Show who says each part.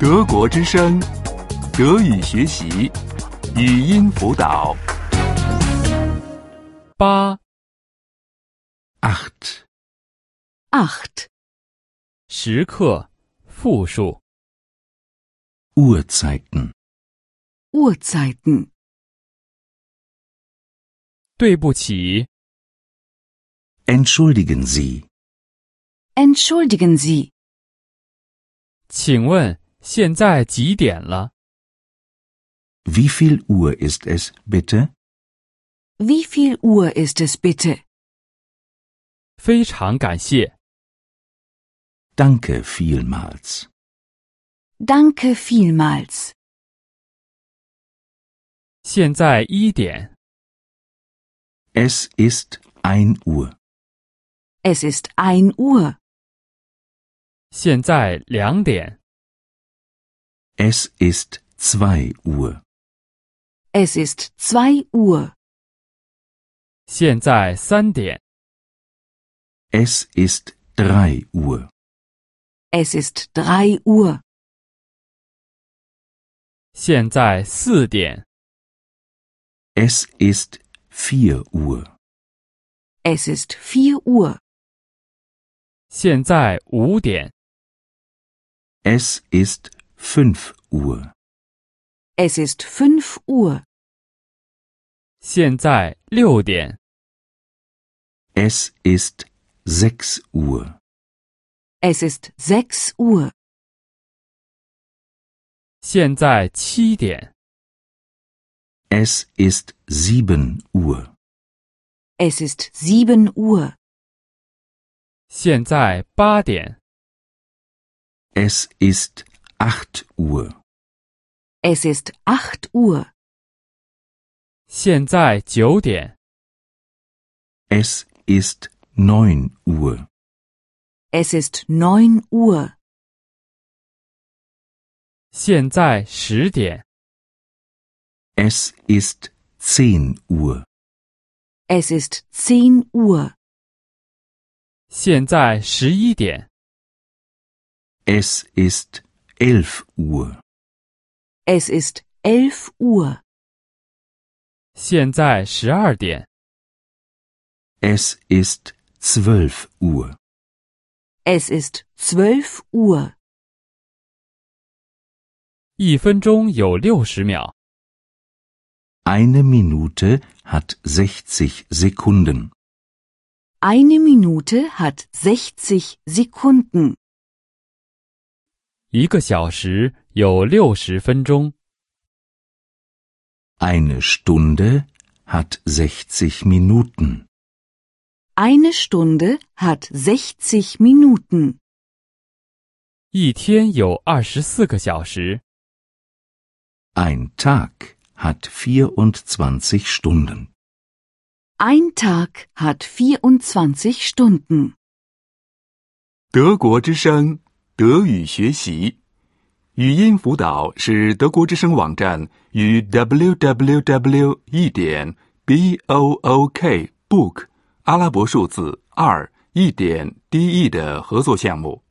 Speaker 1: 德国之声，德语学习，语音辅导。
Speaker 2: 八
Speaker 1: acht,
Speaker 3: 8.
Speaker 2: 时刻复数
Speaker 1: Uhrzeiten,
Speaker 3: Uhrzeiten.
Speaker 2: 对不起，
Speaker 1: entschuldigen Sie,
Speaker 3: Entschuldigen Sie.
Speaker 2: 请问现在几点了？
Speaker 1: wie viel Uhr ist es, bitte?
Speaker 3: Wie viel Uhr ist es bitte?
Speaker 2: 非常感谢，
Speaker 1: Danke vielmals.
Speaker 3: Danke vielmals.
Speaker 2: 现在一点。
Speaker 1: Es ist ein Uhr,
Speaker 3: Es ist 1 Uhr.
Speaker 2: 现在两点。
Speaker 1: es ist zwei Uhr,
Speaker 3: Es ist 2 Uhr.
Speaker 2: 现在三点。
Speaker 1: es ist drei Uhr,
Speaker 3: Es ist 3 Uhr.
Speaker 2: 现在四点。
Speaker 1: es ist vier Uhr,
Speaker 3: Es ist 4 Uhr.
Speaker 2: 现在五点。
Speaker 1: es ist fünf Uhr,
Speaker 3: Es ist 5 Uhr.
Speaker 2: 现在六点。
Speaker 1: es ist sechs Uhr,
Speaker 3: Es ist 6 Uhr.
Speaker 2: 现在七点。
Speaker 1: es ist sieben Uhr.
Speaker 3: Es ist 7 Uhr.
Speaker 2: 现在八点。
Speaker 1: Es ist acht Uhr.
Speaker 3: Es ist 8 Uhr.
Speaker 2: 现在九点。
Speaker 1: Es ist neun Uhr.
Speaker 3: Es ist 9 Uhr.
Speaker 2: 现在十点。
Speaker 1: Es ist zehn Uhr.
Speaker 3: Es ist 10 Uhr.
Speaker 2: 现在十一点。
Speaker 1: Es ist elf Uhr.
Speaker 3: Es ist 11 Uhr.
Speaker 2: 现在十二点。
Speaker 1: Es ist zwölf Uhr.
Speaker 3: Es ist 12 Uhr.
Speaker 2: 一分钟有六十秒。
Speaker 1: Eine Minute hat 60 Sekunden.
Speaker 3: Eine Minute hat 60 Sekunden.
Speaker 2: 一个小时有六十分钟。
Speaker 1: Eine Stunde hat 60 Minuten.
Speaker 3: Eine Stunde hat 60 Minuten.
Speaker 2: 一天有二十四个小时，
Speaker 1: Ein Tag hat 24 Stunden.
Speaker 3: Ein Tag hat 24 Stunden.
Speaker 4: 德国之声德语学习，语音辅导是德国之声网站与 www. 一点 b o o k book 阿拉伯数字二一点 d e 的合作项目。